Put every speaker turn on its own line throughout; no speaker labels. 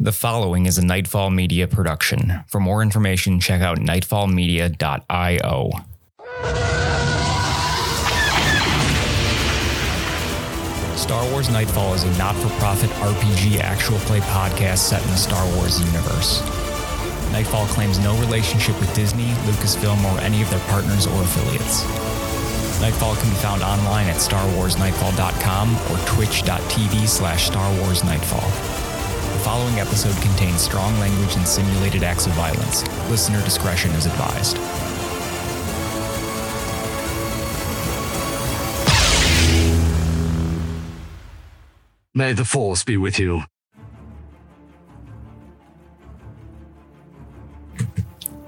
The following is a Nightfall Media production. For more information, check out nightfallmedia.io. Star Wars Nightfall is a not for profit RPG actual play podcast set in the Star Wars universe. Nightfall claims no relationship with Disney, Lucasfilm, or any of their partners or affiliates. Nightfall can be found online at starwarsnightfall.com or twitch.tv slash Star Wars Nightfall. The following episode contains strong language and simulated acts of violence. Listener discretion is advised.
May the force be with you.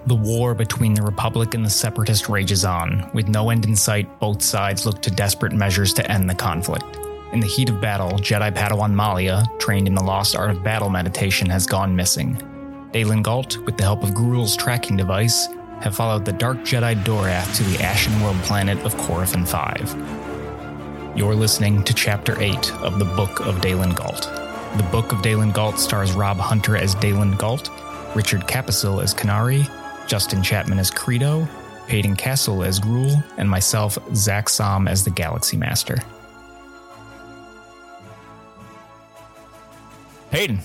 The war between the Republic and the Separatist rages on. With no end in sight, both sides look to desperate measures to end the conflict. In the heat of battle, Jedi Padawan Malia, trained in the lost art of battle meditation, has gone missing. Dalen Galt, with the help of Gruul's tracking device, have followed the Dark Jedi Dorath to the Ashen World planet of Corifan 5. You're listening to Chapter 8 of The Book of Dalen Galt. The Book of Dalen Galt stars Rob Hunter as Dalen Galt, Richard Capasil as Canary, Justin Chapman as Credo, Peyton Castle as Gruul, and myself, Zach Som, as the Galaxy Master. Peyton,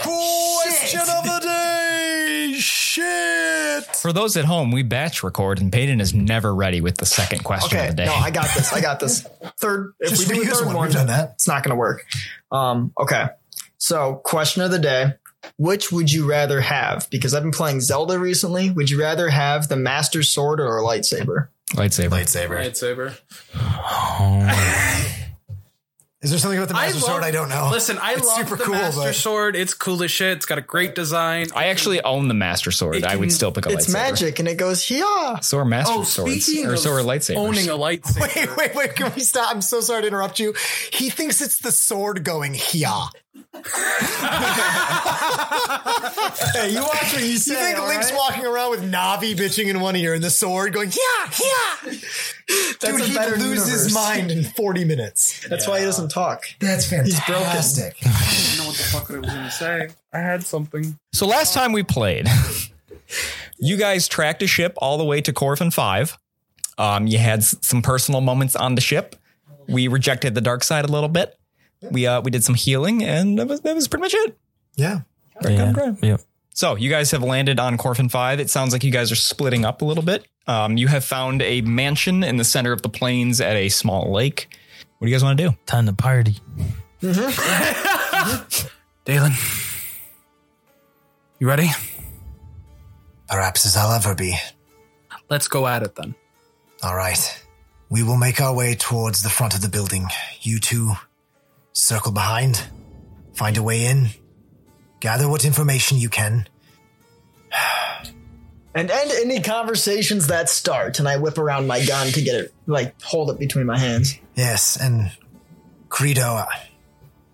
Question of the day! Shit!
for those at home, we batch record, and Peyton is never ready with the second question
Okay,
of the day.
no, I got this. I got this. Third, if
Just
we do a
reuse
third
one.
one,
We've done that.
it's not going to work. Um, okay, so question of the day: Which would you rather have? Because I've been playing Zelda recently. Would you rather have the Master Sword or a lightsaber?
Lightsaber.
Lightsaber.
lightsaber.
Is there something about the Master Sword I don't know?
Listen, I
It's
love the Master
but-
Sword. It's cool as shit. It's got a great design.
I actually own the Master Sword.
It
I would
can-
still pick a lightsaber.
It's magic, and it goes yeah.
So are Master
oh,
Swords.
speaking
or
of
so are lightsabers.
owning a lightsaber,
Wait, wait, wait. Can we stop? I'm so sorry to interrupt you. He thinks it's the sword going here.
Hey, you watch what
You think Link's walking around with Navi bitching in one ear and the sword going, yeah, yeah.
That's
Dude,
a
he'd
better
lose
universe.
his mind in 40 minutes.
That's why he doesn't talk.
That's fantastic. He's broken.
I don't know what the fuck I was gonna say. I had something.
So last time we played, you guys tracked a ship all the way to Corfin 5. Um, you had s- some personal moments on the ship. We rejected the dark side a little bit. We uh, we did some healing, and that was, that was pretty much it.
Yeah.
Yeah. So you guys have landed on Corfin 5. It sounds like you guys are splitting up a little bit. Um, you have found a mansion in the center of the plains at a small lake. What do you guys want to do?
Time to party. Dalen, you ready?
Perhaps as I'll ever be.
Let's go at it then.
All right. We will make our way towards the front of the building. You two circle behind, find a way in, gather what information you can.
And end any conversations that start, and I whip around my gun to get it, like hold it between my hands.
Yes, and Credo, I-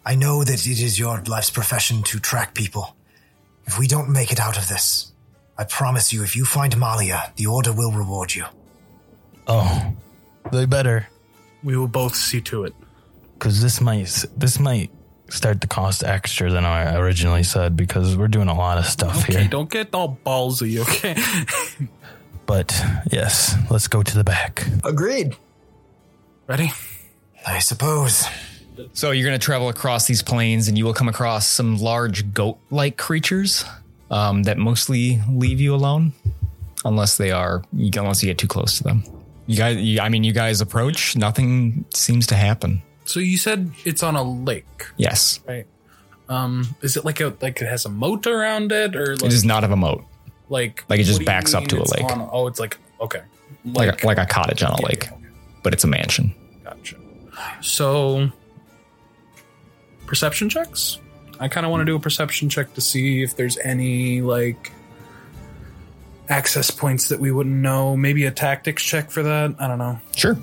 I know that it is your life's profession to track people. If we don't make it out of this, I promise you, if you find Malia, the Order will reward you.
Oh, they better,
We will both see to it.
cause this might this might start to cost extra than I originally said because we're doing a lot of stuff
Okay,
here.
don't get all ballsy. Okay,
But yes, let's go to the back.
Agreed.
ready?
I suppose.
So you're going to travel across these plains, and you will come across some large goat-like creatures um, that mostly leave you alone, unless they are unless you get too close to them. You guys, you, I mean, you guys approach. Nothing seems to happen.
So you said it's on a lake,
Yes,
right? Um, is it like a like it has a moat around it, or like
it is not of a moat,
like
Like it just
what do you
backs up
mean
to a
it's
lake.
on oh, it's like okay,
like like a, like a cottage on a
Yeah,
lake,
okay.
but it's a mansion.
Gotcha. So, perception checks? I kind of want to do a perception check to see if there's any, like, access points that we wouldn't know. Maybe a tactics check for that. I don't know.
Sure.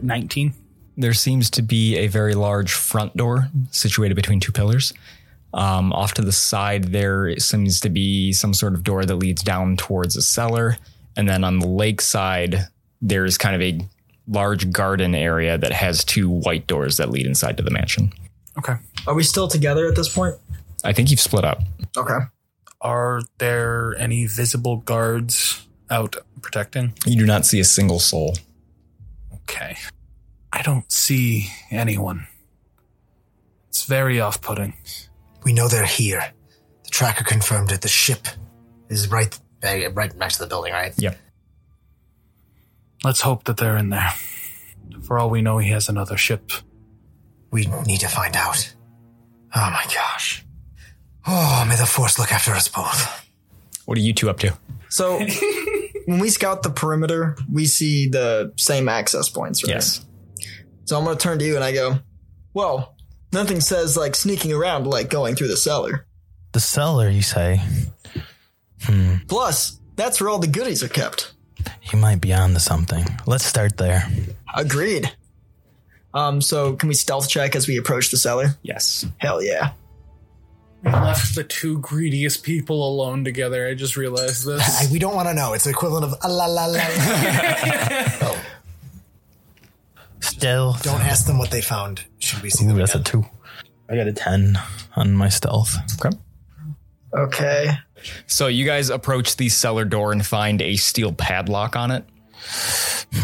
19.
There seems to be a very large front door situated between two pillars. Um, off to the side, there seems to be some sort of door that leads down towards a cellar. And then on the lake side, there is kind of a large garden area that has two white doors that lead inside to the mansion.
Okay.
Are we still together at this point?
I think you've split up.
Okay.
Are there any visible guards out protecting?
You do not see a single soul.
Okay. I don't see anyone. It's very off putting.
We know they're here. The tracker confirmed it. The ship is right eh, right next to the building, right?
Let's hope that they're in there. For all we know, he has another ship.
We need to find out. Oh my gosh. Oh, may the force look after us both.
What are you two up to?
So when we scout the perimeter, we see the same access points, right?
Yes.
So I'm gonna turn to you and I go, Well, nothing says like sneaking around like going through the cellar.
The cellar, you say?
Plus, that's where all the goodies are kept.
He might be on to something. Let's start there.
Agreed. Um, so can we stealth check as we approach the cellar?
Yes.
Hell yeah.
We left the two greediest people alone together. I just realized
I,
this.
we don't want to know. It's the equivalent of ah, la la la. la.
Stealth.
don't ask them what they found. Should we see
Ooh,
them?
that's a two. I got a 10 on my stealth.
Okay.
Okay.
So you guys approach the cellar door and find a steel padlock on it.
Do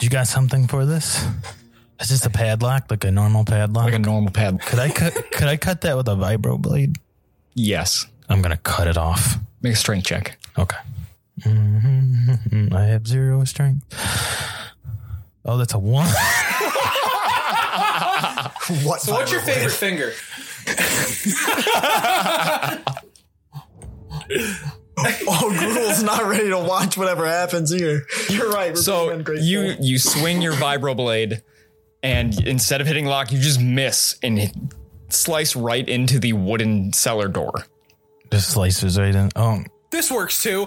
you got something for this? It's just a padlock, like a normal padlock.
Like a normal padlock.
could I cut? could I cut that with a vibro blade?
Yes.
I'm gonna cut it off.
Make a strength check.
Okay. Mhm. I have zero strength. Oh, that's a one.
What? So
What's your favorite finger?
Oh, Gruel's not ready to watch whatever happens here. You're right. We're
So
being ungrateful.
you you swing your vibro blade, and instead of hitting lock, you just miss and hit, slice right into the wooden cellar door.
just slices right in. Oh,
This works too.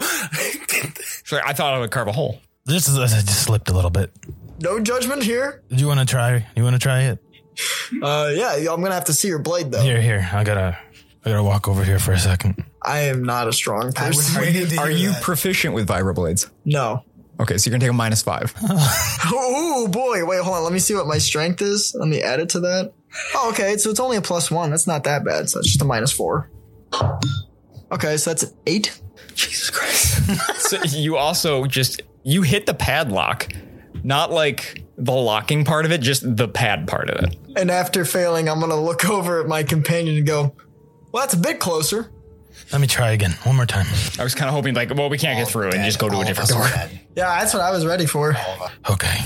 So I thought I would carve a hole.
this is I just slipped a little bit.
no judgment here.
Do you want to try? You want to try it?
Uh, yeah, I'm gonna have to see your blade though.
Here, here. I gotta. I gotta walk over here for a second.
I am not a strong person.
Are you?
Are you proficient with vibro blades?
No.
Okay, so you're gonna take a minus five.
Oh boy, wait, hold on. Let me see what my strength is. Let me add it to that. Oh, okay. So it's only a plus one. That's not that bad. So it's just a minus four. Okay, so that's eight.
Jesus Christ. so you also just you hit the padlock, not like the locking part of it, just the pad part of it.
And after failing, I'm gonna look over at my companion and go, "Well, that's a bit closer."
Let me try again one more time.
I was kind of hoping like, well, we can't
Oh,
get through and just go to
All
a
of
different
us
door.
are dead.
Yeah, that's what I was ready for.
Okay.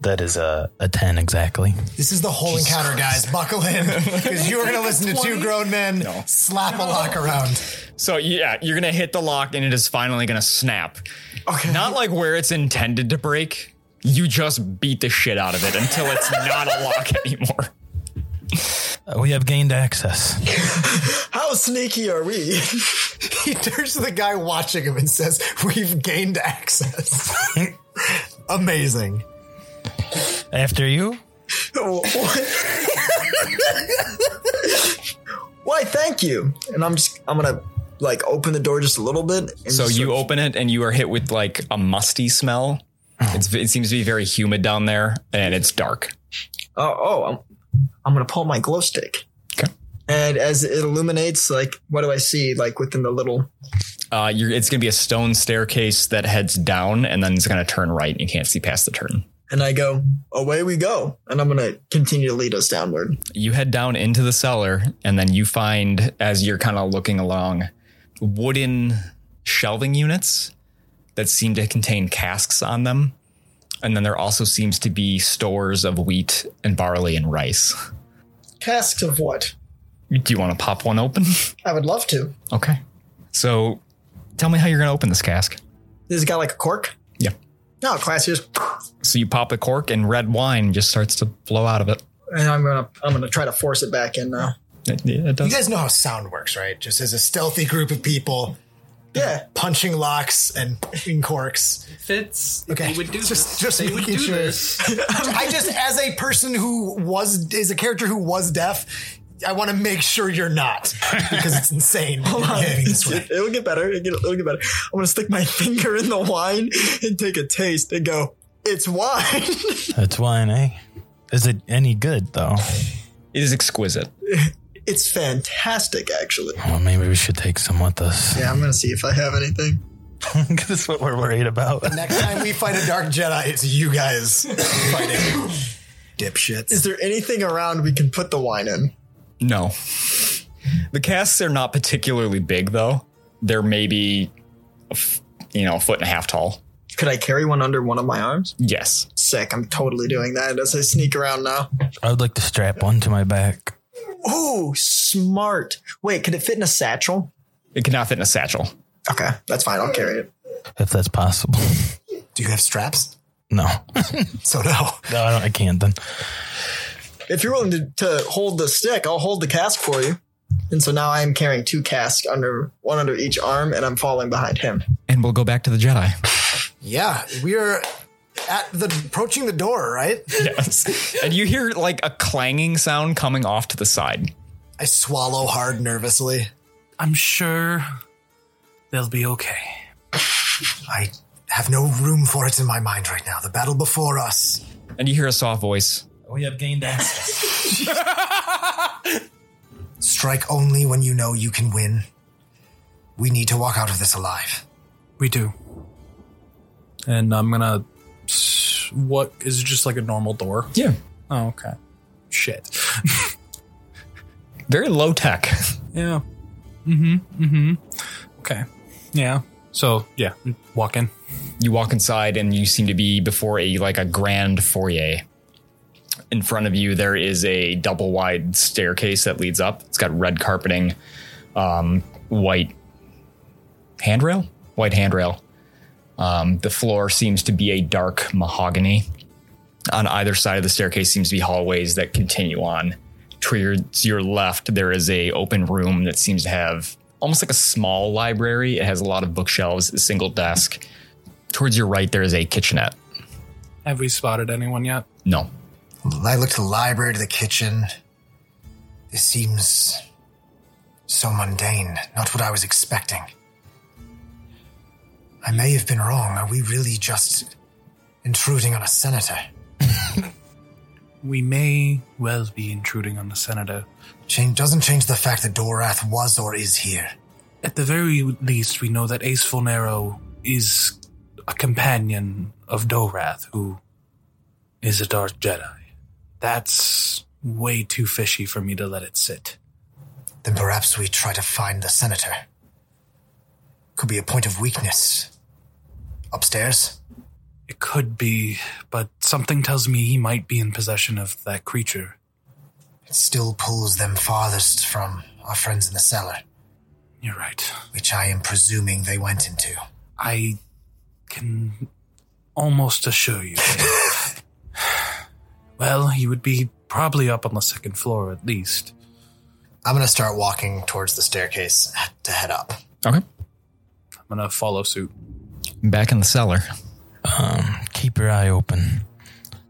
That is a, a 10 exactly.
This is the whole encounter, guys. Buckle in, because you are going to listen to two grown men slap a lock around.
So yeah, you're gonna hit the lock and it is finally gonna snap. Okay. Not like where it's intended to break. You just beat the shit out of it until it's not a lock anymore.
Uh, We have gained access.
How sneaky are we?
He turns to the guy watching him and says, "We've gained access." Amazing.
After you?
Why? Thank you. And I'm just I'm gonna like open the door just a little bit. And
So
just-
you open it and you are hit with like a musty smell. It's, it seems to be very humid down there and it's dark.
oh oh I'm I'm gonna pull my glow stick.
Okay.
And as it illuminates, like what do I see? Like within the little
Uh, you're, it's going to be a stone staircase that heads down and then it's going to turn right and you can't see past the turn.
and I go away we go, and I'm gonna continue to lead us downward.
You head down into the cellar and then you find, as you're kind of looking along, wooden shelving units that seem to contain casks on them. And then there also seems to be stores of wheat and barley and rice.
Casks of what?
Do you want to pop one open?
I would love to.
okay. So tell me how you're going to open this cask.
This has got like a cork. Oh,
Yeah.
No, class just
So you pop the cork and red wine just starts to flow out of it.
and I'm gonna I'm gonna try to force it back in now.
It, it
You
does.
guys know how sound works, right? Just as a stealthy group of people
Yeah.
punching locks and putting corks.
Fits.
Okay,
We would do
just
this.
just
They would
making
do
sure.
this.
I just, as a person who was is a character who was deaf, I want to make sure you're not because it's insane. behaving this way.
It, will get better. It'll get, it'll get better. I'm gonna stick my finger in the wine and take a taste and go, "It's wine."
That's wine, eh? Is it any good, though?
It is exquisite.
It's fantastic, actually.
Well, maybe we should take some with us.
Yeah, I'm gonna see if I have anything.
That's what we're worried about.
Next time we fight a dark Jedi, it's you guys fighting dipshits.
Is there anything around we can put the wine in?
No. The casks are not particularly big, though. They're maybe, a f- you know, a foot and a half tall.
Could I carry one under one of my arms?
Yes.
Sick. I'm totally doing that as I sneak around now.
I would like to strap one to my back.
Ooh, smart. Wait, could it fit in a satchel?
It cannot fit in a satchel.
Okay, that's fine. I'll carry it.
If that's possible.
Do you have straps?
No.
So no.
No, I, don't, I can't then.
If you're willing to, to hold the stick, I'll hold the cask for you. And so now I am carrying two casks under one under each arm, and I'm falling behind him.
And we'll go back to the Jedi.
Yeah, we are at the approaching the door, right?
Yes. and you hear like a clanging sound coming off to the side.
I swallow hard nervously.
I'm sure they'll be okay.
I have no room for it in my mind right now. The battle before us.
And you hear a soft voice.
We have gained access.
Strike only when you know you can win. We need to walk out of this alive.
We do. And I'm gonna. What is it? Just like a normal door?
Yeah.
Oh, okay. Shit.
Very low tech.
Yeah. Mm hmm. Mm hmm. Okay. Yeah. So, yeah, walk in.
You walk inside and you seem to be before a like a grand foyer. In front of you there is a double wide staircase that leads up. It's got red carpeting, um, white handrail, white handrail. Um, the floor seems to be a dark mahogany. On either side of the staircase seems to be hallways that continue on. To your, to your left, there is a open room that seems to have almost like a small library. It has a lot of bookshelves, a single desk. Towards your right, there is a kitchenette.
Have we spotted anyone yet?
No,
I look to the library, to the kitchen. This seems so mundane. Not what I was expecting. I may have been wrong. Are we really just intruding on a senator?
We may well be intruding on the Senator.
Change doesn't change the fact that Dorath was or is here.
At the very least, we know that Ace Fulnero is a companion of Dorath, who is a dark Jedi. That's way too fishy for me to let it sit.
Then perhaps we try to find the senator. Could be a point of weakness. Upstairs?
It could be, but something tells me he might be in possession of that creature.
It still pulls them farthest from our friends in the cellar,
You're right.
which I am presuming they went into.
I can almost assure you. well, he would be probably up on the second floor at least.
I'm gonna start walking towards the staircase to head up.
Okay.
I'm gonna follow suit.
Back in the cellar.
Keep your eye open.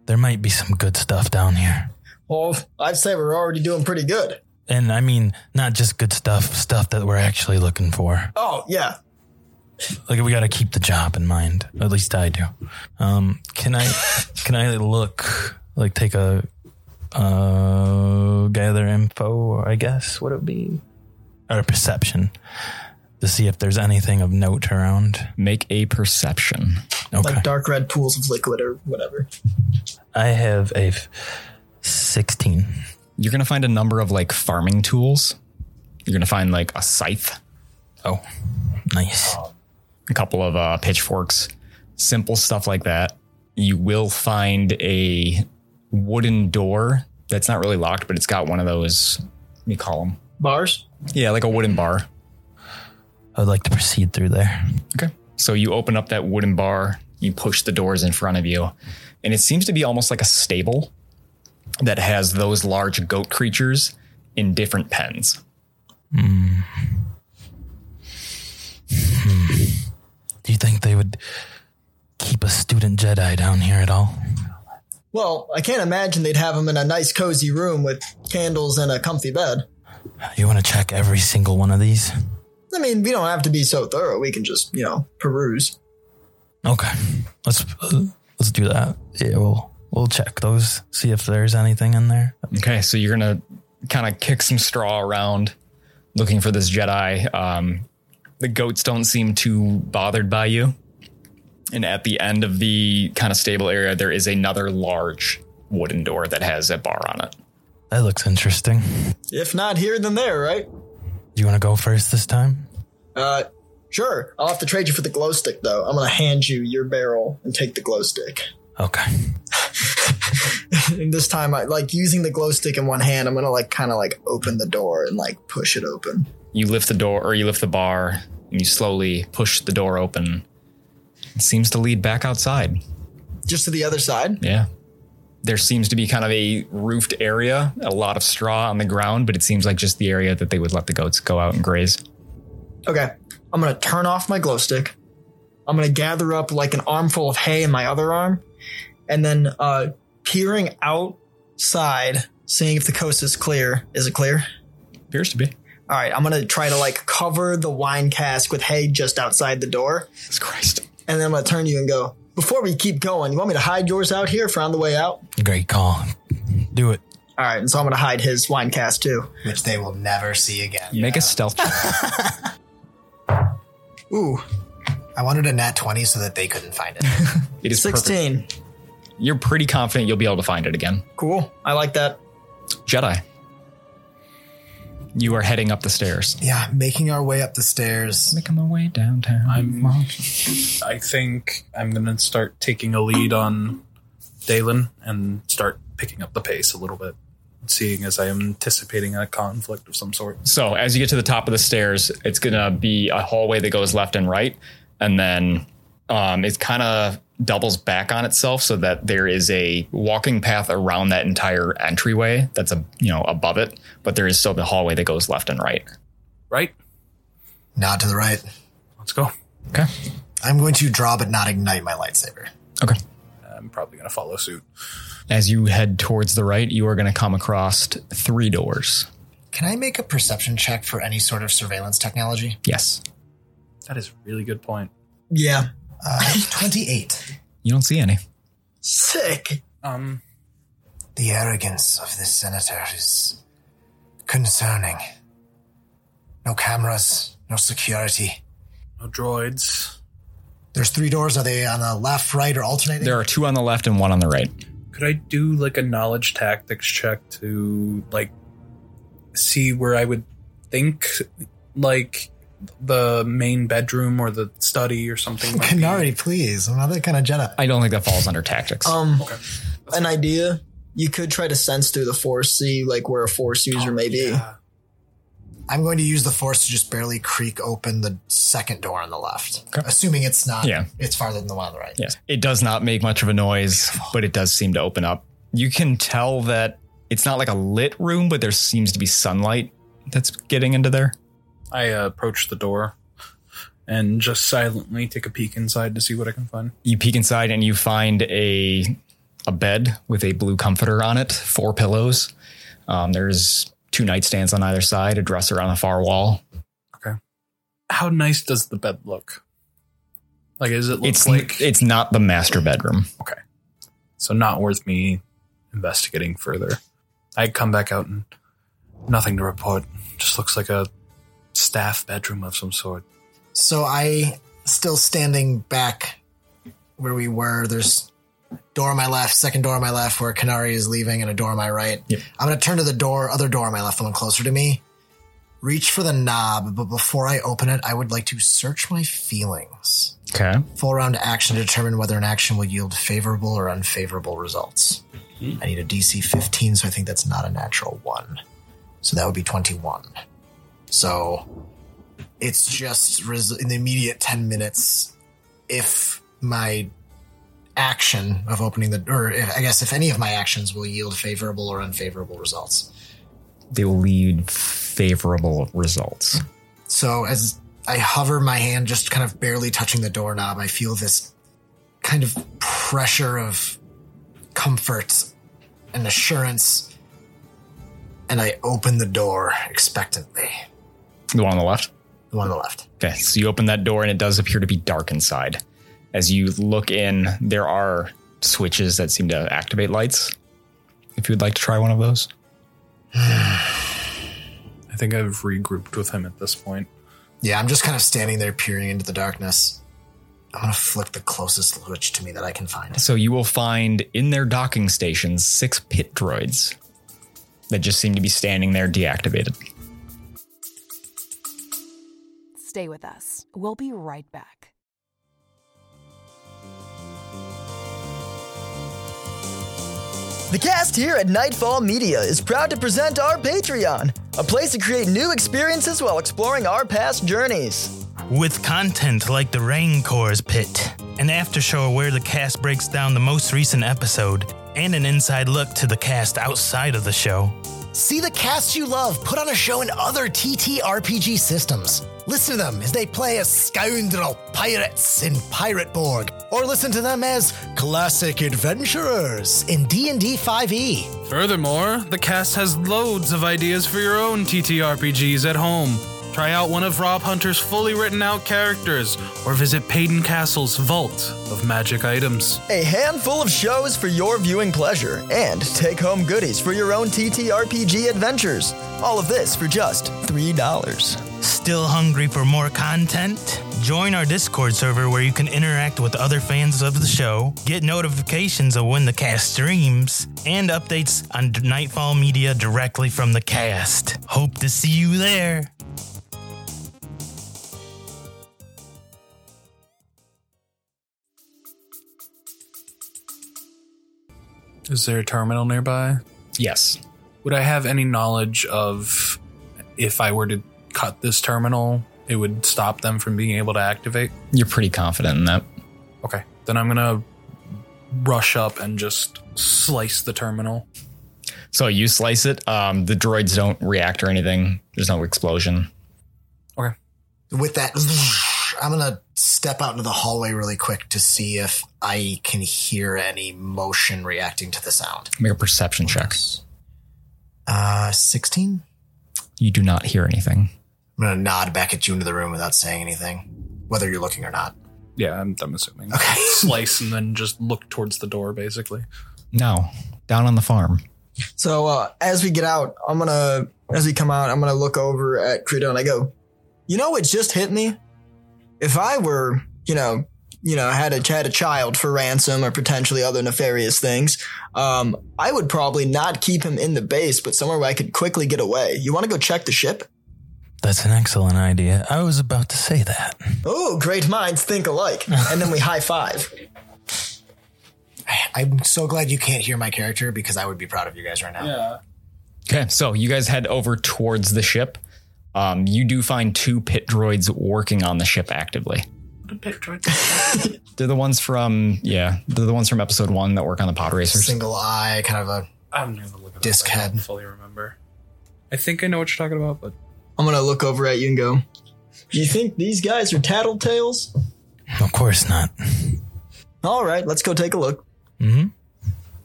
There might be some good stuff down here.
Well, I'd say we're already doing pretty good.
And I mean, not just good stuff, stuff that we're actually looking for.
Oh, yeah.
Like we got to keep the job in mind. At least I do. Um, can I can I look like take a uh, gather info? I guess would it be or perception to see if there's anything of note around.
Make a perception.
Okay,
Like dark red pools of liquid or whatever.
I have a f- sixteen.
You're going to find a number of like farming tools. You're going to find like a scythe,
Oh, nice.
a couple of uh, pitchforks, simple stuff like that. You will find a wooden door that's not really locked, but it's got one of those, let me call them.
Bars?
Yeah, like a wooden bar.
I'd like to proceed through there.
Okay. So you open up that wooden bar, you push the doors in front of you, and it seems to be almost like a stable that has those large goat creatures in different pens.
Do you think they would keep a student Jedi down here at all?
Well, I can't imagine they'd have them in a nice cozy room with candles and a comfy bed.
You want to check every single one of these?
I mean, we don't have to be so thorough. We can just, you know, peruse.
Okay, let's let's do that. Yeah, we'll we'll check those, see if there's anything in there.
Okay, so you're gonna kind of kick some straw around looking for this Jedi. Um, the goats don't seem too bothered by you. And at the end of the kind of stable area, there is another large wooden door that has a bar on it.
That looks interesting.
If not here, then there, right?
You want to go first this time?
Uh, sure. I'll have to trade you for the glow stick, though. I'm gonna hand you your barrel and take the glow stick.
Okay.
and this time, I like using the glow stick in one hand. I'm gonna like kind of like open the door and like push it open.
You lift the door or you lift the bar and you slowly push the door open. It seems to lead back outside.
Just to the other side.
Yeah. There seems to be kind of a roofed area, a lot of straw on the ground, but it seems like just the area that they would let the goats go out and graze.
Okay. I'm gonna turn off my glow stick. I'm gonna gather up like an armful of hay in my other arm, and then uh, peering outside, seeing if the coast is clear. Is it clear?
Appears to be.
All right. I'm gonna try to like cover the wine cask with hay just outside the door,
Jesus Christ.
and then I'm gonna turn to you and go. Before we keep going, you want me to hide yours out here for on the way out?
Great call. Do it.
All right, and so I'm gonna hide his wine cast too.
which they will never see again.
Make a stealth check.
Ooh,
I wanted a nat 20 so that they couldn't find it.
It is perfect.
16.
You're pretty confident you'll be able to find it again.
Cool. I like that.
Jedi. You are heading up the stairs.
yeah, making our way up the stairs.
Making my way downtown.
I'm. I think I'm gonna start taking a lead on Dalen and start picking up the pace a little bit, seeing as I am anticipating a conflict of some sort.
so as you get to the top of the stairs, it's gonna be a hallway that goes left and right, and then um, it kind of doubles back on itself so that there is a walking path around that entire entryway that's a you know above it, but there is still the hallway that goes left and right.
Right?
Nod to the right.
Let's go.
Okay.
I'm going to draw but not ignite my lightsaber.
Okay.
I'm probably gonna follow suit.
As you head towards the right, you are gonna come across three doors.
Can I make a perception check for any sort of surveillance technology?
Yes.
That is a really good point.
Yeah.
Uh, 28.
You don't see any.
Sick.
Um,
The arrogance of this senator is concerning. No cameras, no security.
no oh, droids.
There's three doors. Are they on the left, right, or alternating?
There are two on the left and one on the right.
Could I do like a knowledge tactics check to like see where I would think like the main bedroom or the study or something? might be?
Kanari, please. I'm not that kind of Jedi.
I don't think that falls under tactics.
Um, an idea. You could try to sense through the force, see like where a force user may be.
Yeah.
I'm going to use the force to just barely creak open the second door on the left, assuming it's not.
Yeah.
it's farther than the one on the right.
Yes. It does not make much of a noise, but it does seem to open up. You can tell that it's not like a lit room, but there seems to be sunlight that's getting into there.
I uh, approach the door and just silently take a peek inside to see what I can find.
You peek inside and you find a a bed with a blue comforter on it, four pillows. Um, there's two nightstands on either side, a dresser on the far wall.
How nice does the bed look? Like, is it look
It's
like
it's not the master bedroom.
so? Not worth me investigating further. I come back out and nothing to report. Just looks like a staff bedroom of some sort.
So I still standing back where we were. There's door on my left, second door on my left where Kanari is leaving, and a door on my right.
Yep.
I'm gonna turn to the door, other door on my left, the one closer to me. Reach for the knob, but before I open it, I would like to search my feelings.
Okay.
Full round action to determine whether an action will yield favorable or unfavorable results. I need a DC 15, so I think that's not a natural one. So that would be 21. So it's just res- in the immediate 10 minutes, if my action of opening the or if, I guess if any of my actions will yield favorable or unfavorable results.
They will lead favorable results.
So as I hover my hand, just kind of barely touching the doorknob, I feel this kind of pressure of comfort and assurance. And I open the door expectantly.
The one on the left.
The one on the left.
Okay, so you open that door and it does appear to be dark inside. As you look in, there are switches that seem to activate lights. If you would like to try one of those,
I think I've regrouped with him at this point.
Yeah, I'm just kind of standing there peering into the darkness. I'm gonna flick the closest switch to me that I can find.
So you will find in their docking stations six pit droids that just seem to be standing there deactivated.
Stay with us. We'll be right back.
The cast here at Nightfall Media is proud to present our Patreon, a place to create new experiences while exploring our past journeys.
With content like the Raincor's Pit, an aftershow where the cast breaks down the most recent episode, and an inside look to the cast outside of the show.
See the casts you love put on a show in other TTRPG systems. Listen to them as they play as scoundrel pirates in Pirateborg, or listen to them as classic adventurers in D&D 5e.
Furthermore, the cast has loads of ideas for your own TTRPGs at home. Try out one of Rob Hunter's fully written out characters, or visit Payton Castle's Vault of Magic Items.
A handful of shows for your viewing pleasure, and take home goodies for your own TTRPG adventures. All of this for just $3.
Still hungry for more content? Join our Discord server where you can interact with other fans of the show, get notifications of when the cast streams, and updates on Nightfall Media directly from the cast. Hope to see you there.
Is there a terminal nearby?
Yes.
Would I have any knowledge of if I were to cut this terminal, it would stop them from being able to activate?
You're pretty confident in that.
Okay. Then I'm going to rush up and just slice the terminal.
So you slice it. Um, the droids don't react or anything. There's no explosion.
With that,
I'm gonna step out into the hallway really quick to see if I can hear any motion reacting to the sound.
Make a perception check.
uh, 16?
You do not hear anything.
I'm gonna nod back at you into the room without saying anything, whether you're looking or not.
Yeah, I'm, I'm assuming. Okay. Slice and then just look towards the door, basically.
No, down on the farm.
So uh, as we get out, I'm gonna as we come out, I'm gonna look over at Credo and I go, you know, it just hit me. If I were, you know, you know, had a had a child for ransom or potentially other nefarious things, um, I would probably not keep him in the base, but somewhere where I could quickly get away. You want to go check the ship?
That's an excellent idea. I was about to say that.
Oh, great minds think alike. And then we high five.
I'm so glad you can't hear my character because I would be proud of you guys right now.
Yeah.
Okay, so you guys head over towards the ship. Um, you do find two pit droids working on the ship actively. They're the ones from yeah, they're the ones from episode one that work on the pod racers.
Single eye, kind of uh, a
I'm going to look at
Disc
I don't
head.
fully remember. I think I know what you're talking about, but
I'm gonna look over at you and go, Do you think these guys are tattletales?
Of course not.
All right, let's go take a look.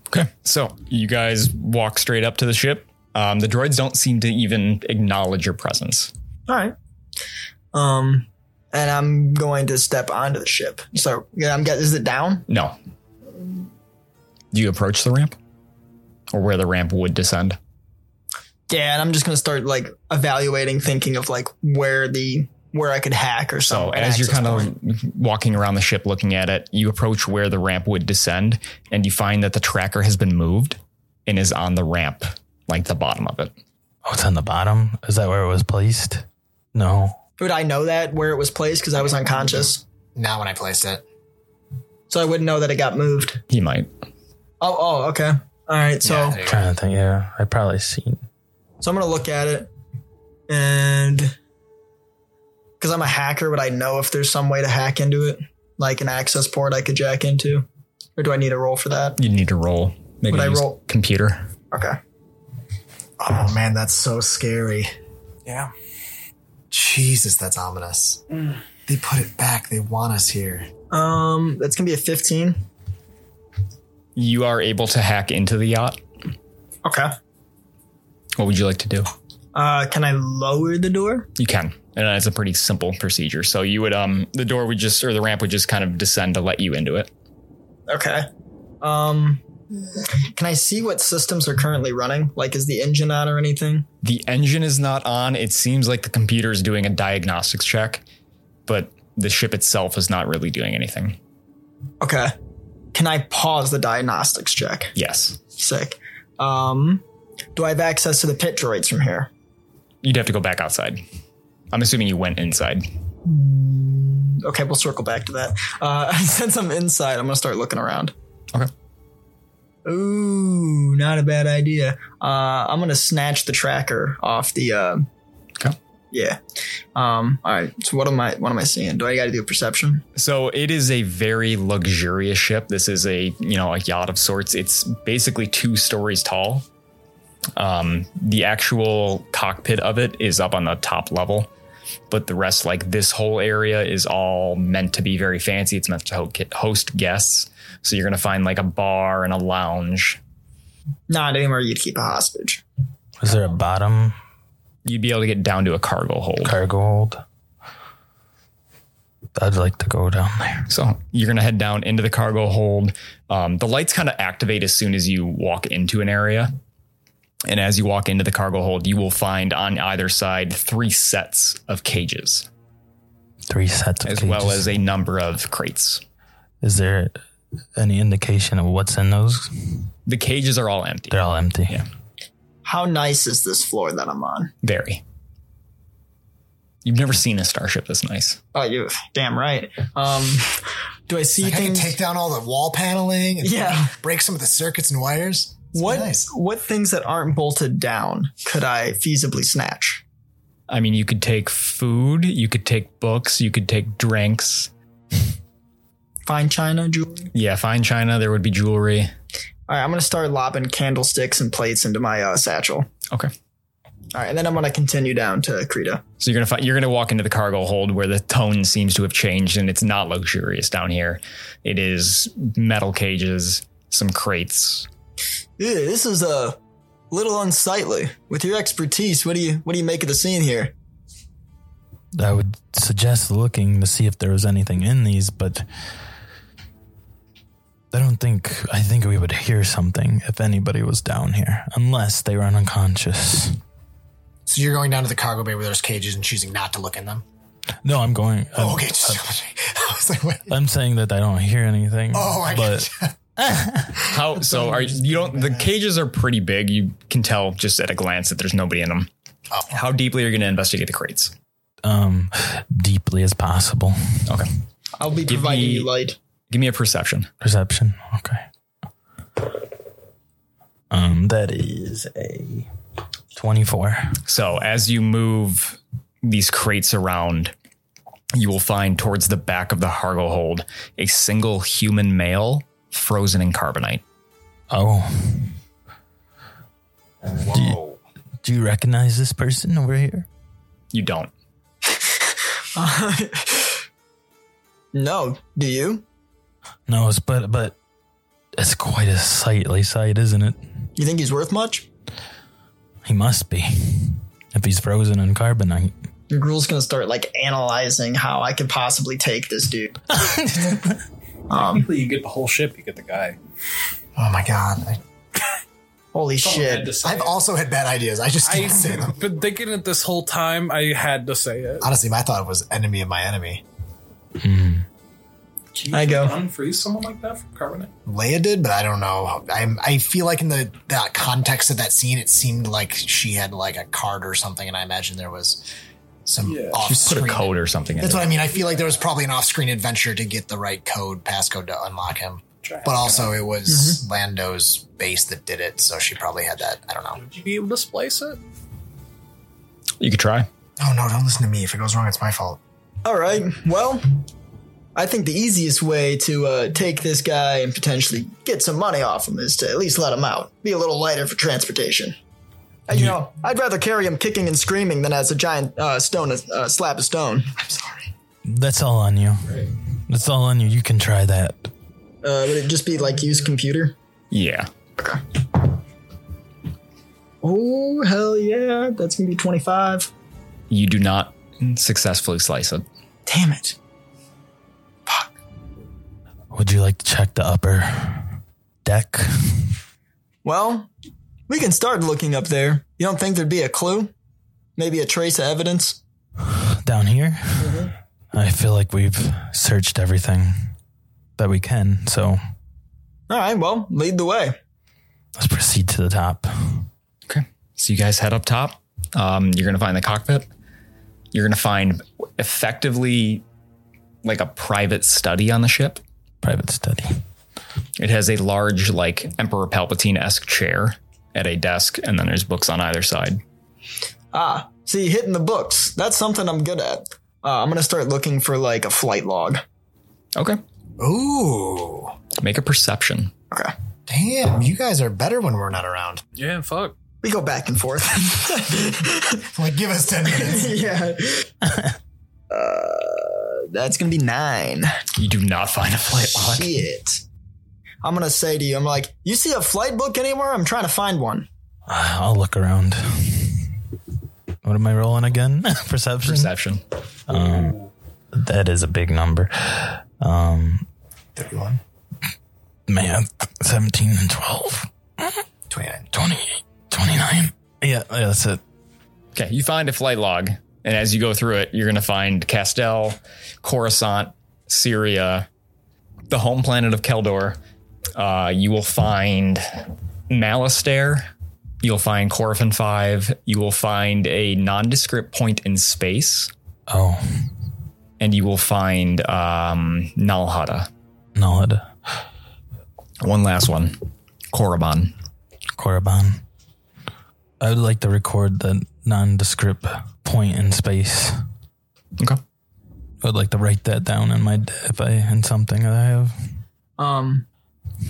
Okay, so you guys walk straight up to the ship. Um, the droids don't seem to even acknowledge your presence.
All right. Um, and I'm going to step onto the ship. So yeah, I'm getting. Is it down?
No. Do you approach the ramp, or where the ramp would descend?
Yeah, and I'm just gonna start like evaluating, thinking of like where the where I could hack or
So
something.
as you're kind of walking around the ship looking at it, you approach where the ramp would descend and you find that the tracker has been moved and is on the ramp, like the bottom of it.
Oh, it's on the bottom? Is that where it was placed? No.
would I know that where it was placed because I was unconscious,
Not when I placed it.
so I wouldn't know that it got moved.
He might.
Oh, oh, okay. All right, so
Yeah, there you go.
Trying to think, yeah. I probably seen.
So I'm gonna look at it, and because I'm a hacker, would I know if there's some way to hack into it, like an access port I could jack into, or do I need a roll for that?
You'd need to roll. Maybe
Would I
use
roll-
computer.
Okay.
Oh man, that's so scary.
yeah.
Jesus, that's ominous. They put it back. They want us here.
Um, that's gonna be a 15.
You are able to hack into the yacht.
Okay.
What would you like to do?
Uh, can I lower the door?
You can. And it's a pretty simple procedure. So you would um the door would just or the ramp would just kind of descend to let you into it.
Okay. Um, Can I see what systems are currently running? Like, is the engine on or anything?
The engine is not on. It seems like the computer is doing a diagnostics check, but the ship itself is not really doing anything.
Okay. Can I pause the diagnostics check?
Yes.
Sick. Um, do I have access to the pit droids from here?
You'd have to go back outside. I'm assuming you went inside.
Okay, we'll circle back to that. Uh, since I'm inside, I'm gonna start looking around.
Okay.
Ooh, not a bad idea. Uh, I'm gonna snatch the tracker off the. Uh,
Okay.
Yeah. Um. All right. So what am I? What am I seeing? Do I got to do a perception?
So it is a very luxurious ship. This is a you know a yacht of sorts. It's basically two stories tall. Um, the actual cockpit of it is up on the top level, but the rest, like this whole area, is all meant to be very fancy. It's meant to ho- host guests. So you're gonna find like a bar and a lounge.
Not anywhere you'd keep a hostage.
Was there a bottom
You'd be able to get down to a cargo hold.
cargo hold? I'd like to go down there.
So you're gonna head down into the cargo hold. Um, the lights kind of activate as soon as you walk into an area, and as you walk into the cargo hold, you will find on either side three sets of cages,
Three sets of
as well
cages.
as a number of crates.
Is there any indication of what's in those?
The cages are all empty.
They're all empty.
Yeah.
How nice is this floor that I'm on?
Very. You've never seen a starship this nice.
Oh, you damn right. Um. Do I see
Like I can
things?
take down all the wall paneling and
Yeah.
break some of the circuits and wires. It's
what
Nice.
what things that aren't bolted down could I feasibly snatch?
I mean, you could take food, you could take books, you could take drinks.
Fine china jewelry.
Yeah, fine china. There would be jewelry.
All right, I'm gonna start lopping candlesticks and plates into my uh, satchel.
Okay.
All right, and then I'm gonna continue down to Krita.
So you're gonna find, you're gonna walk into the cargo hold where the tone seems to have changed, and it's not luxurious down here. It is metal cages, some crates.
Ew, this is a little unsightly. With your expertise, what do you what do you make of the scene here?
I would suggest looking to see if there was anything in these, but I don't think I think we would hear something if anybody was down here, unless they were unconscious.
So you're going down to the cargo bay where there's cages and choosing not to look in them.
No, I'm going. uh, I'm,
Oh, okay. Just, I was like, what?
I'm saying that I don't hear anything.
Oh, I
but
gotcha.
How so? Are you don't the cages are pretty big. You can tell just at a glance that there's nobody in them.
Oh.
How deeply are you gonna investigate the crates?
um, deeply as possible.
Okay,
I'll be
Give
providing
me-
you light.
give me a perception.
Perception. Okay. Um, that is a twenty-four.
So as you move these crates around, you will find towards the back of the cargo hold a single human male frozen in carbonite.
Oh. Do you, do you recognize this person over here?
You don't.
No, do you?
No, it's, but but it's quite a sightly sight, isn't it?
You think he's worth much?
He must be. If he's frozen in carbonite.
Your gruel's gonna start like analyzing how I could possibly take this dude. um,
Technically, you get the whole ship, you get the guy.
oh my god. I,
holy
I had
shit!
to say
I've
it.
also had bad ideas. I just didn't say them.
I've been thinking it this whole time. I had to say it.
Honestly, my thought was enemy of my enemy.
Can you
I go.
Unfreeze someone like that from carbonate.
Leia did, but I don't know. I'm, I feel like in the that context of that scene, it seemed like she had like a card or something, and I imagine there was some
Yeah.
off
Just put a
screen.
code or something. in
That's
it.
what I mean. I feel like there was probably an off screen adventure to get the right code, passcode to unlock him. But also, it was Lando's base that did it, so she probably had that. I don't know.
Would you be able to splice it?
You could try.
Oh no! Don't listen to me. If it goes wrong, it's my fault.
All right. Well, I think the easiest way to uh, take this guy and potentially get some money off him is to at least let him out. Be a little lighter for transportation. And, you know, I'd rather carry him kicking and screaming than as a giant uh, stone, uh, slab of stone. I'm sorry.
That's all on you. That's all on you. You can try that.
Uh, would it just be like use computer?
Yeah.
Oh hell yeah! That's gonna be twenty five.
You do not successfully slice it.
Damn it!
Would you like to check the upper deck?
Well, we can start looking up there. You don't think there'd be a clue? Maybe a trace of evidence?
Down here, I feel like we've searched everything that we can, so
All right, well, lead the way.
let's proceed to the top.
So you guys head up top. Um, you're gonna find the cockpit. You're gonna find effectively like a private study on the ship.
Private study.
It has a large, like Emperor Palpatine-esque chair at a desk, and then there's books on either side.
Ah, see, hitting the books. That's something I'm good at. Uh, I'm going to start looking for like a flight log.
Okay.
Ooh.
Make a perception.
Okay.
Damn, you guys are better when we're not around.
Yeah, fuck.
We go back and forth.
Like, give us 10 minutes.
yeah. Uh, that's going to be nine.
You do not find a flight log.
Shit. I'm going to say to you, I'm like, you see a flight book anywhere? I'm trying to find one.
I'll look around. What am I rolling again? Perception.
Perception.
Um, that is a big number. Um,
31,
math, 17 and 12,
29.
20, 29. Yeah, yeah, that's it.
Okay, you find a flight log, and as you go through it, you're going to find Castel, Coruscant, Syria, the home planet of Keldor. Uh, you will find Malastair. You'll find Corfin 5. You will find a nondescript point in space,
Oh,
and you will find um, Nalhada.
Nod,
One last one Korriban.
Korriban. I would like to record the nondescript point in space.
Okay.
I would like to write that down in my if I in something that I have.
Um,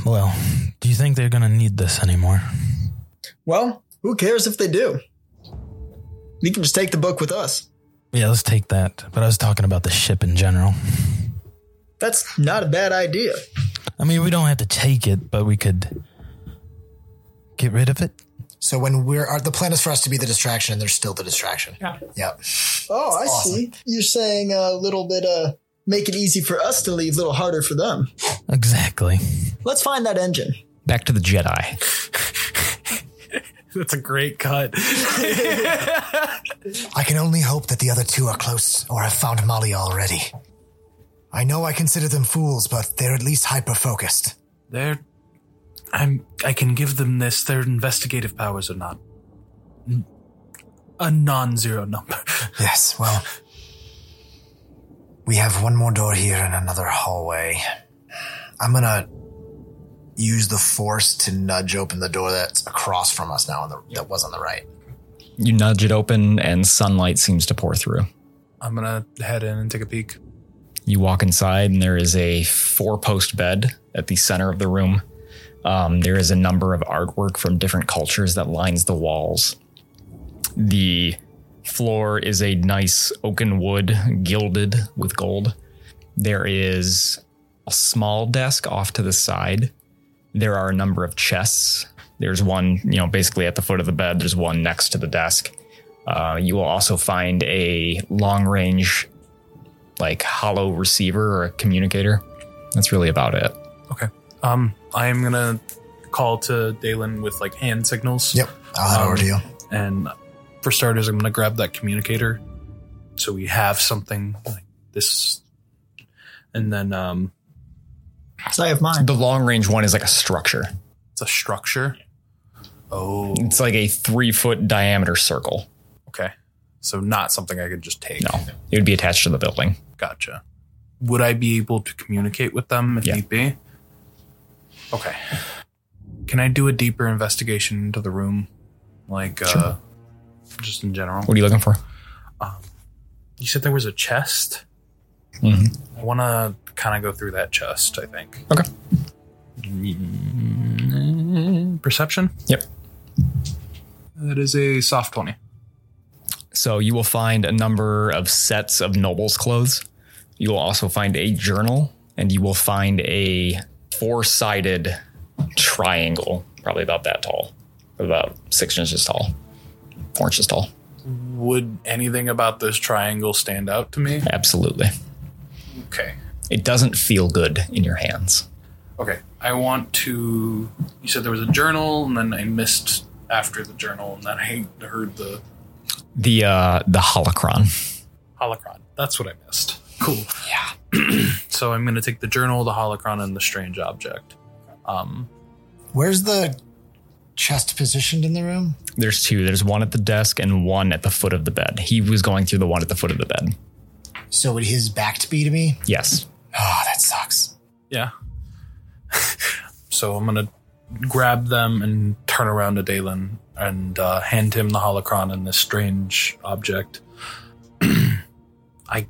Well, do you think they're gonna need this anymore?
well, who cares if they do? We can just take the book with us.
Yeah, let's take that. But I was talking about the ship in general.
That's not a bad idea.
I mean, we don't have to take it, but we could get rid of it.
So when we're, our, the plan is for us to be the distraction, and they're still the distraction. Yeah. Yep.
Oh, I see. You're saying a little bit uh make it easy for us to leave, a little harder for them.
Exactly.
Let's find that engine.
Back to the Jedi.
That's a great cut.
I can only hope that the other two are close or have found Molly already. I know I consider them fools, but they're at least hyper focused.
They're. I'm. I can give them this. Their investigative powers are not a non-zero number.
Yes, well. We have one more door here and another hallway. I'm gonna use the force to nudge open the door that's across from us now, on the, that was on the right.
You nudge it open, and sunlight seems to pour through.
I'm gonna head in and take a peek.
You walk inside, and there is a four post bed at the center of the room. Um, there is a number of artwork from different cultures that lines the walls. The floor is a nice oaken wood, gilded with gold. There is a small desk off to the side. There are a number of chests. There's one, you know, basically at the foot of the bed, there's one next to the desk. Uh, you will also find a long range like hollow receiver or a communicator. That's really about it.
Um, I am gonna call to Dalen with like hand signals.
Yep, Um, I'll head over to you.
And for starters, I'm gonna grab that communicator, so we have something like this. And then um,
So I have mine.
The long range one is like a structure.
it's a structure. Oh,
It's like a three foot diameter circle.
okay. So not something I could just take.
No, it would be attached to the building.
Gotcha. Would I be able to communicate with them if
Yeah.
need be? Okay. Can I do a deeper investigation into the room? Like, uh, just in general?
What are you looking for?
You said there was a chest?
Mhm.
I want to kind of go through that chest, I think.
Okay.
Mm, Perception?
Yep.
That is a soft 20.
So you will find a number of sets of nobles' clothes. You will also find a journal, and you will find a four sided triangle, probably about that tall, about six inches tall, four inches tall.
Would anything about this triangle stand out to me?
Absolutely.
Okay.
It doesn't feel good in your hands.
Okay. I want to. You said there was a journal, and then I missed after the journal, and then I heard the
The uh, the holocron.
holocron. That's what I missed. Cool. Yeah. so I'm going to take the journal, the holocron, and the strange object. Um,
Where's the chest positioned in the room?
There's two. There's one at the desk and one at the foot of the bed. He was going through the one at the foot of the bed.
So would his back to be to me?
Yes.
Oh, that sucks.
Yeah. so I'm gonna grab them and turn around to Dalen and uh, hand him the holocron and this strange object. I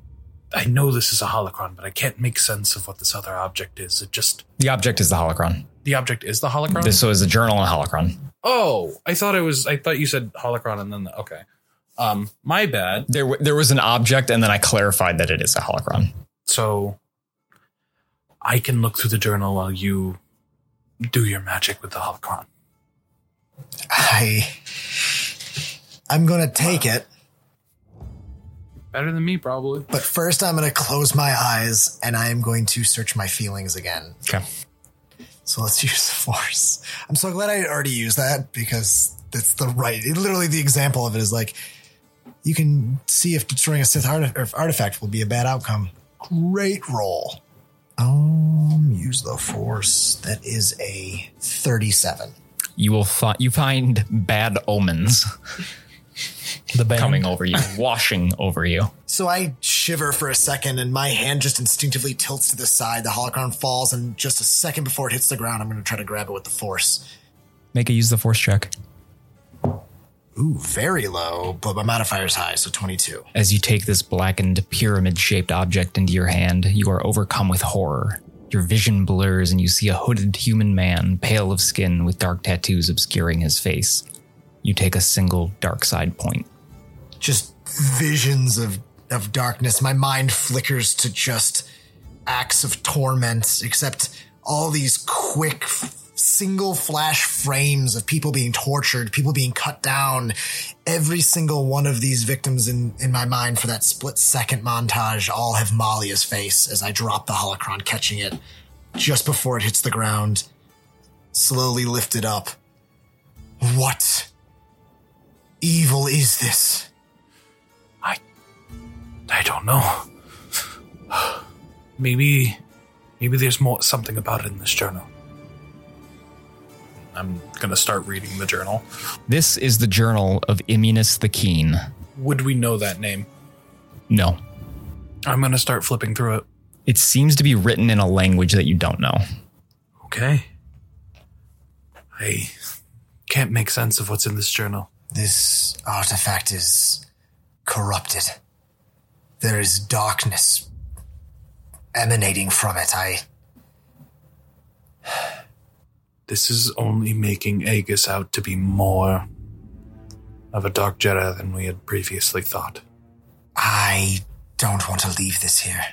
I know this is a holocron, but I can't make sense of what this other object is. It just
The object is the holocron.
the object is the holocron.
This so is the journal and holocron.
oh, I thought it was. I thought you said holocron, and then the, okay. Um, my bad.
There w- there was an object, and then I clarified that it is a holocron.
So I can look through the journal while you do your magic with the holocron.
I I'm gonna take it,
Better than me, probably.
but first I'm gonna close my eyes and I am going to search my feelings again.
Okay.
So let's use force. I'm so glad I already used that because that's the right. It, literally, the example of it is like you can see if destroying a Sith arti- or artifact will be a bad outcome. Great roll. Um, use the force. That is a 37.
You will fi- you find bad omens
The band.
coming over you, washing over you.
So I shiver for a second, and my hand just instinctively tilts to the side. The holocron falls, and just a second before it hits the ground, I'm going to try to grab it with the force.
Make it use the force check.
Ooh, very low, but my modifier's high, so 22.
As you take this blackened pyramid shaped object into your hand, you are overcome with horror. Your vision blurs and you see a hooded human man, pale of skin, with dark tattoos obscuring his face. You take a single dark side point.
just visions of of darkness. My mind flickers to just acts of torment, except all these quick f- single flash frames of people being tortured, people being cut down. Every single one of these victims in, in my mind for that split second montage all have Malia's face as I drop the holocron, catching it just before it hits the ground, slowly lifted up. What evil is this?
I don't know. maybe, maybe there's more something about it in this journal. I'm gonna start reading the journal.
This is the journal of Immunus the Keen.
Would we know that name?
No,
I'm gonna start flipping through it.
it seems to be written in a language that you don't know.
Okay. I can't make sense of what's in this journal.
This artifact is corrupted. There is darkness emanating from it. I.
This is only making Aegis out to be more of a dark Jedi than we had previously thought.
I don't want to leave this here.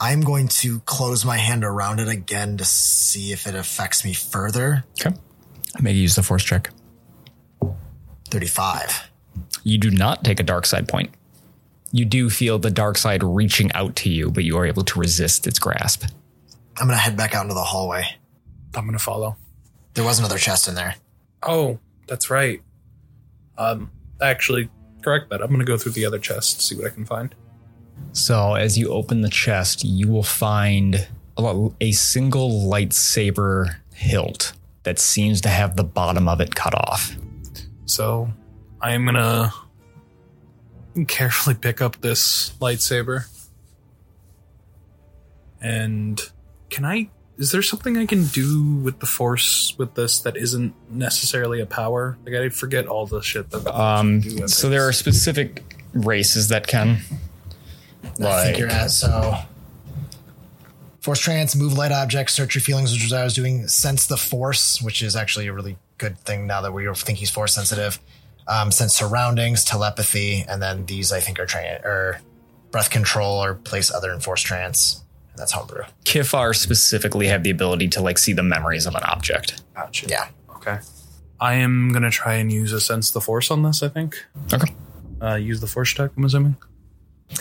I'm going to close my hand around it again to see if it affects me further.
Okay. Make it use the force check.
35.
You do not take a dark side point. You do feel the dark side reaching out to you, but you are able to resist its grasp.
I'm going to head back out into the hallway.
I'm gonna follow.
There was another chest in there.
Oh, that's right. Um, actually, correct that. I'm gonna go through the other chest, see what I can find.
So, as you open the chest, you will find a, a single lightsaber hilt that seems to have the bottom of it cut off.
So, I am gonna carefully pick up this lightsaber. And can I? Is there something I can do with the force with this that isn't necessarily a power? Like I forget all the shit that.
Um,
do with
so, there are
this.
specific races that can.
I think
Like,
you're at so. Force trance, move light objects, search your feelings, which was I was doing. Sense the force, which is actually a really good thing now that we think he's force sensitive. Um, sense surroundings, telepathy, and then these I think are train or breath control or place other in force trance. And that's homebrew.
Kifar specifically have the ability to like see the memories of an object.
Gotcha.
Yeah.
Okay. I am gonna try and use a sense the force on this. I think.
Okay.
Uh, use the force check. I'm assuming.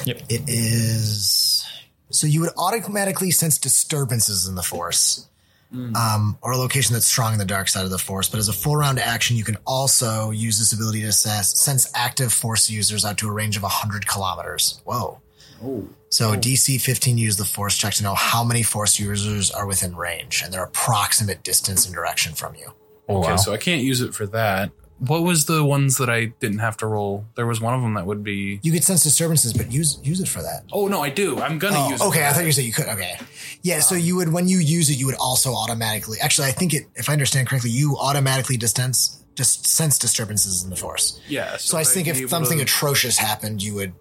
It is so you would automatically sense disturbances in the force.
Hmm.
um, or a location that's strong in the dark side of the force. But as a full round action, you can also use this ability to assess, sense active force users out to a range of 100 kilometers. Whoa.
Oh.
So DC 15 use the force check to know how many force users are within range and their approximate distance and direction from you.
okay, so I can't use it for that. What was the ones that I didn't have to roll? There was one of them that would be.
You could sense disturbances, but use use it for that.
Oh no, I do. I'm gonna
Oh,
use.
okay,
It
I thought you said you could. Okay, yeah. so you would when you use it, you would also automatically. Actually, I think it. If I understand correctly, you automatically distance just sense disturbances in the force.
Yeah.
So, I think if something atrocious happened, you would.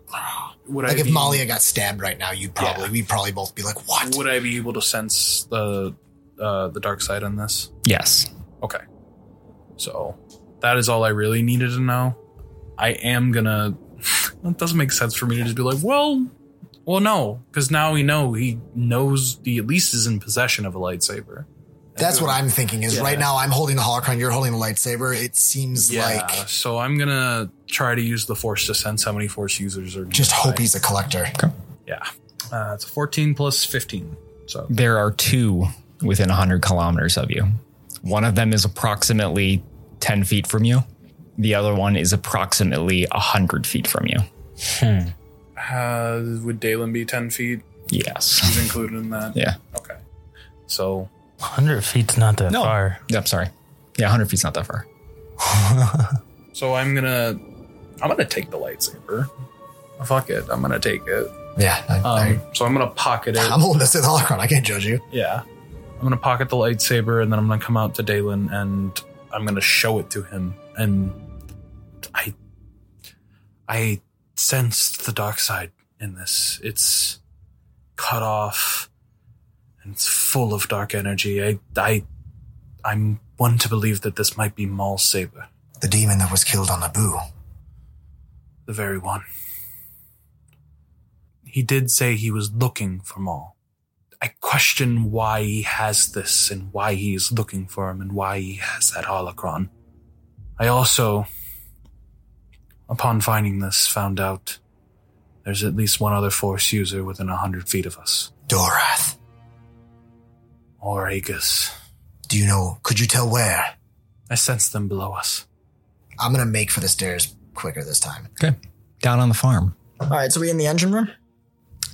Would I
like if
be-
Malia got stabbed right now, you'd probably we'd probably both be like, "What?"
Would I be able to sense the uh, the dark side on this?
Yes.
Okay. So that is all I really needed to know. I am gonna. it doesn't make sense for me to just be like, well, well, no, because now we know he knows he at least is in possession of a lightsaber.
That's what I'm thinking. Is
Yeah.
right now I'm holding the holocron, you're holding the lightsaber. It seems like
Yeah, so I'm gonna try to use the force to sense how many force users are.
just hope he's a collector.
Yeah, uh, it's 14 plus 15. So
There are two within 100 kilometers of you. One of them is approximately 10 feet from you, the other one is approximately 100 feet from you.
uh, would Dalen be 10 feet?
Yes.
He's included in that.
Yeah.
Okay. So
100 feet's not that
No.
far.
Yeah, I'm sorry. Yeah, 100 feet's not that far.
so I'm gonna I'm gonna take the lightsaber. Fuck it, I'm gonna take it.
Yeah, I,
Um, so I'm gonna pocket it.
I, am holding this in the holocron. I can't judge you.
yeah, I'm gonna pocket the lightsaber, and then I'm gonna come out to Dalen, and I'm gonna show it to him. And I, I sensed the dark side in this. It's cut off, and it's full of dark energy. I, I, I'm one to believe that this might be Maul Saber,
The demon that was killed on Naboo.
the very one. He did say he was looking for Maul. I question why he has this and why he is looking for him and why he has that holocron. I also, upon finding this, found out there's at least one other force user within a hundred feet of us.
Dorath.
Or Aegis.
Do you know? Could you tell where?
I sense them below us.
I'm gonna make for the stairs quicker this time.
Okay. Down on the farm.
All right, so we in the engine room?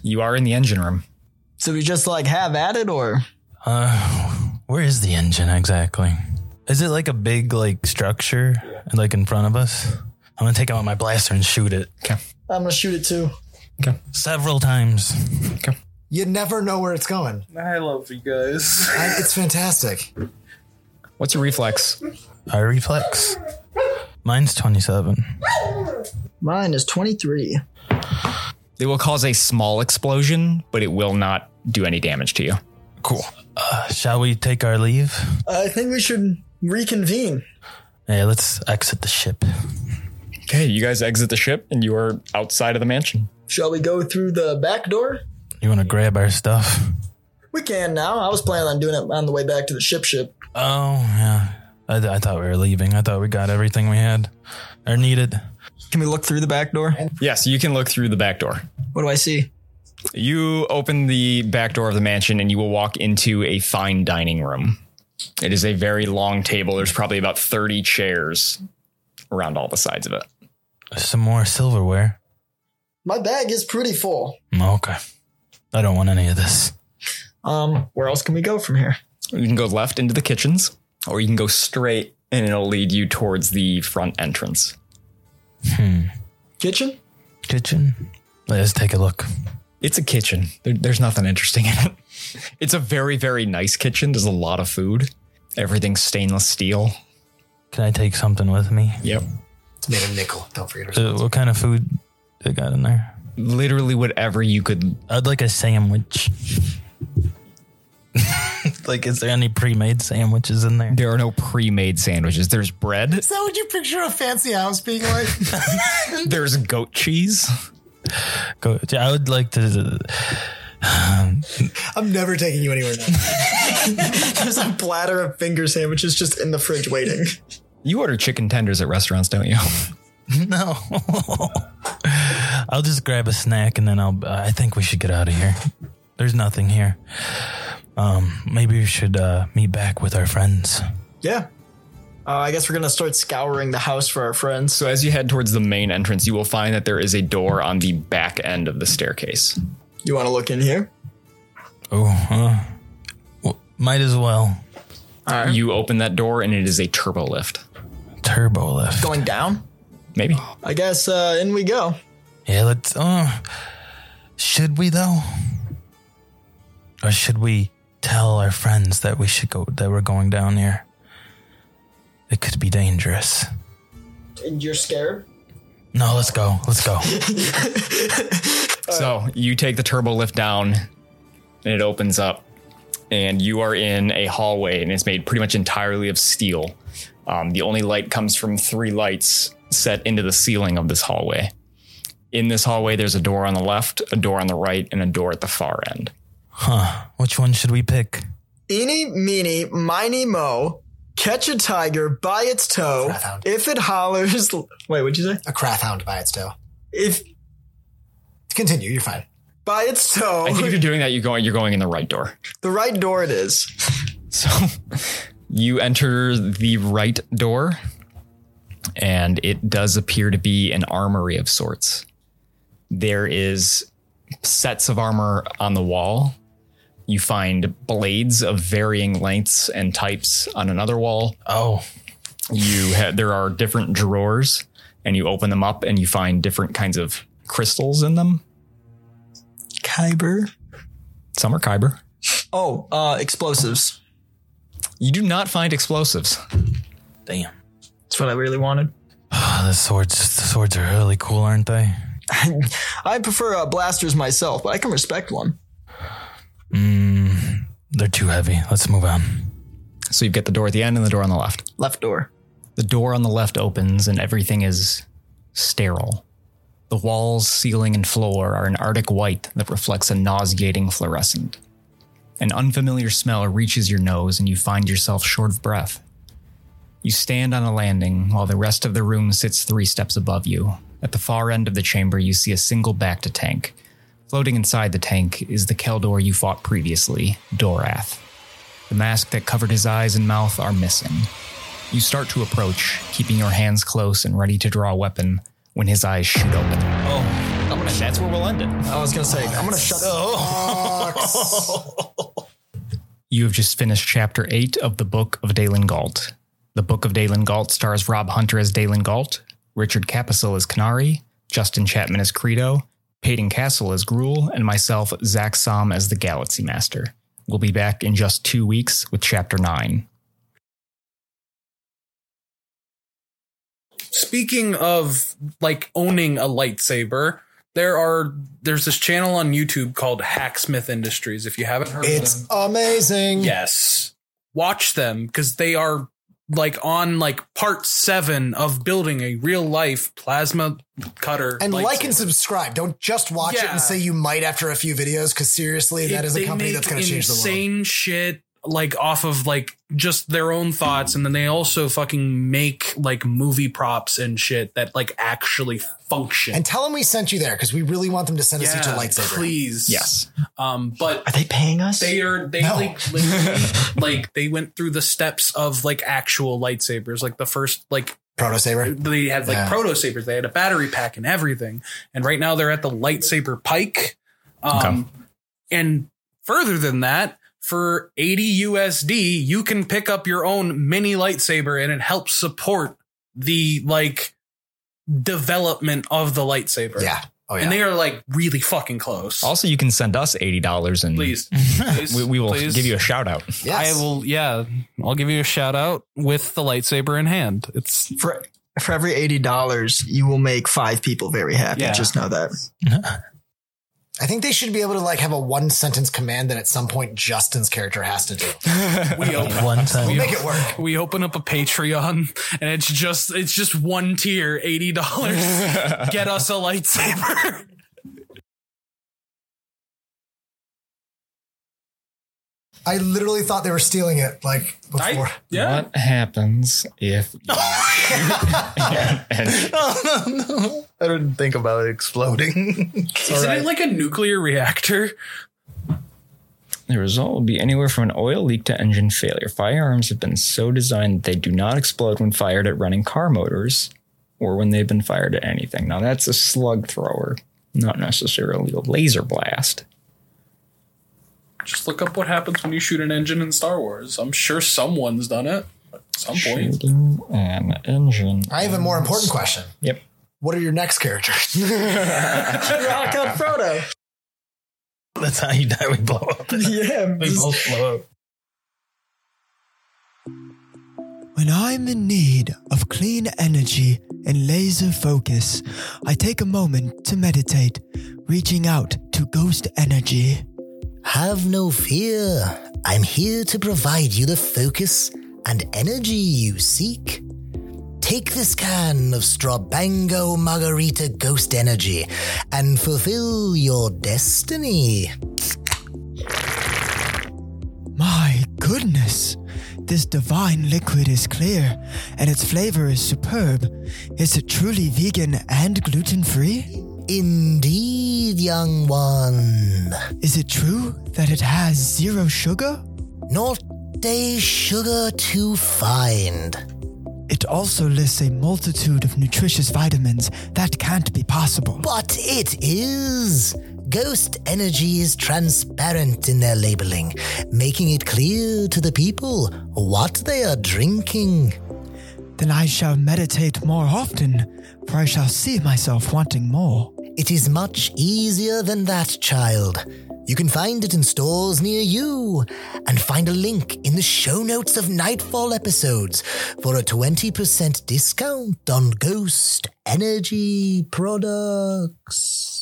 You are in the engine room.
So we just like have at it or
Uh, where is the engine exactly? Is it like a big like structure like in front of us? I'm gonna take out my blaster and shoot it
I'm going to shoot it too.
several times.
You never know where it's going.
I love you guys.
I- it's fantastic.
What's your reflex?
I reflex. Mine's 27.
Mine is 23.
It will cause a small explosion, but it will not do any damage to you.
Cool. Uh, shall we take our leave?
I think we should reconvene.
Yeah, let's exit the ship.
Okay, you guys exit the ship and you are outside of the mansion.
Shall we go through the back door?
You want to grab our stuff?
We can now. I was planning on doing it on the way back to the ship ship.
Oh, yeah. I, th- I thought we were leaving. I thought we got everything we had or needed.
Can we look through the back door?
Yes, you can look through the back door.
What do I see?
You open the back door of the mansion and you will walk into a fine dining room. It is a very long table. There's probably about 30 chairs around all the sides of it.
Some more silverware.
My bag is pretty full.
Okay. I don't want any of this.
Um, where else can we go from here?
You can go left into the kitchens, or you can go straight and it'll lead you towards the front entrance.
Kitchen?
Kitchen? Let's take a look.
It's a kitchen. There, there's nothing interesting in it. It's a very, very nice kitchen. There's a lot of food. Everything's stainless steel.
Can I take something with me?
Yep.
It's made of nickel. Don't forget.
Uh, what kind of food they got in there?
Literally whatever you could.
I'd like a sandwich. like, is there any pre-made sandwiches in there?
There are no pre-made sandwiches. There's bread.
Is that what you picture a fancy house being like?
There's goat cheese.
Go, I would like to.
I'm never taking you anywhere now.
There's a platter of finger sandwiches just in the fridge waiting.
You order chicken tenders at restaurants, don't you?
No. I'll just grab a snack and then I'll. I think we should get out of here. There's nothing here. Um, maybe we should uh, meet back with our friends.
Yeah. Uh, I guess we're gonna start scouring the house for our friends.
So as you head towards the main entrance, you will find that there is a door on the back end of the staircase.
You want to look in here?
Oh, huh. Well, might as well.
You open that door and it is a turbo lift.
Turbo lift.
Going down?
Maybe.
I guess uh, in we go.
Yeah, let's. Uh, should we though, or should we tell our friends that we should go that we're going down here? It could be dangerous.
And you're scared?
No, let's go. Let's go.
So you take the turbo lift down, and it opens up, and you are in a hallway, and it's made pretty much entirely of steel. Um, the only light comes from three lights set into the ceiling of this hallway. In this hallway, there's a door on the left, a door on the right, and a door at the far end.
huh? Which one should we pick?
Eeny, meeny, miny, mo. Catch a tiger by its toe.
Greyhound.
If it hollers. Wait, what'd you say?
A crathhound by its toe.
If
Continue, you're fine.
by its toe,
I think if you're doing that, you're going you're going in the right door.
the right door it is.
So you enter the right door, and it does appear to be an armory of sorts. There is sets of armor on the wall. You find blades of varying lengths and types on another wall.
Oh,
You ha- there are different drawers, and you open them up, and you find different kinds of crystals in them.
Kyber.
Some are kyber.
Oh, uh, explosives.
You do not find explosives.
damn!
That's what I really wanted.
Oh, the swords. The swords are really cool, aren't they?
I prefer uh, blasters myself, but I can respect one.
Mm, they're too heavy. Let's move on.
So you've got the door at the end and the door on the left.
Left door.
The door on the left opens and everything is sterile. The walls, ceiling, and floor are an arctic white that reflects a nauseating fluorescent. An unfamiliar smell reaches your nose and you find yourself short of breath. You stand on a landing while the rest of the room sits three steps above you. At the far end of the chamber, you see a single back to tank. Floating inside the tank is the Keldor you fought previously, Dorath. The mask that covered his eyes and mouth are missing. You start to approach, keeping your hands close and ready to draw a weapon when his eyes shoot open. Oh, and that's where we'll end it.
I was gonna say, I'm gonna shut.
You have just finished Chapter 8 of The Book of Dalen Galt. The Book of Dalen Galt stars Rob Hunter as Dalen Galt, Richard Capisil as Canary, Justin Chapman as Credo, Peyton Castle as Gruel, and myself, Zach Som, as the Galaxy Master. We'll be back in just two weeks with Chapter 9.
Speaking of like owning a lightsaber, there are there's this channel on YouTube called Hacksmith Industries. If you haven't heard of them,
It's amazing.
yes, watch them because they are like on like part seven of building a real life plasma cutter
And like and
lightsaber.
subscribe. Don't just watch it
Yeah.
and say you might after a few videos, because seriously, that
It-
is a
they
company
make
that's going to change the world.
Insane shit, like off of like just their own thoughts, and then they also fucking make like movie props and shit that like actually function.
And tell them we sent you there, because we really want them to send us each a lightsaber.
please.
Yes.
Um, but
Are they paying us?
they are they
No.
like literally, like they went through the steps of like actual lightsabers. Like the first like
Proto saber.
they had like
Yeah.
proto sabers. They had a battery pack and everything. And right now they're at the lightsaber pike. Um, And further than that, for 80 USD, you can pick up your own mini lightsaber and it helps support the like development of the lightsaber.
Yeah. Oh yeah.
And they are like really fucking close.
Also, you can send us $80 and
please, please,
we, we will
please.
give you a shout out.
Yes.
I will, yeah. I'll give you a shout out with the lightsaber in hand. It's
for for every eighty dollars, you will make five people very happy.
Yeah.
Just know that.
I think they should be able to like have a one sentence command that at some point Justin's character has to do.
we open
One time.
We'll make it work.
we open up a Patreon and it's just it's just one tier, eighty dollars. Get us a lightsaber.
I literally thought they were stealing it like before.
yeah.
What happens if. and
I didn't think about it exploding.
Isn't it like a nuclear reactor?
The result will be anywhere from an oil leak to engine failure. Firearms have been so designed that they do not explode when fired at running car motors or when they've been fired at anything. Now, that's a slug thrower, not necessarily a laser blast.
Just look up what happens when you shoot an engine in Star Wars. I'm sure someone's done it at some point.
Shooting an engine.
I have a more important question.
Yep.
What are your next characters?
Rock up Frodo.
That's how you die. We blow up.
Yeah.
We both blow up.
When I'm in need of clean energy and laser focus, I take a moment to meditate, reaching out to ghost energy.
Have no fear. I'm here to provide you the focus and energy you seek. Take this can of Strabango Margarita Ghost Energy and fulfill your destiny.
My goodness! This divine liquid is clear and its flavor is superb. Is it truly vegan and gluten free?
Indeed, young one.
Is it true that it has zero sugar?
Not a sugar to find.
It also lists a multitude of nutritious vitamins that can't be possible.
But it is. Ghost energy is transparent in their labeling, making it clear to the people what they are drinking.
Then I shall meditate more often, for I shall see myself wanting more.
It is much easier than that, child. You can find it in stores near you and find a link in the show notes of Nightfall episodes for a 20% discount on ghost energy products.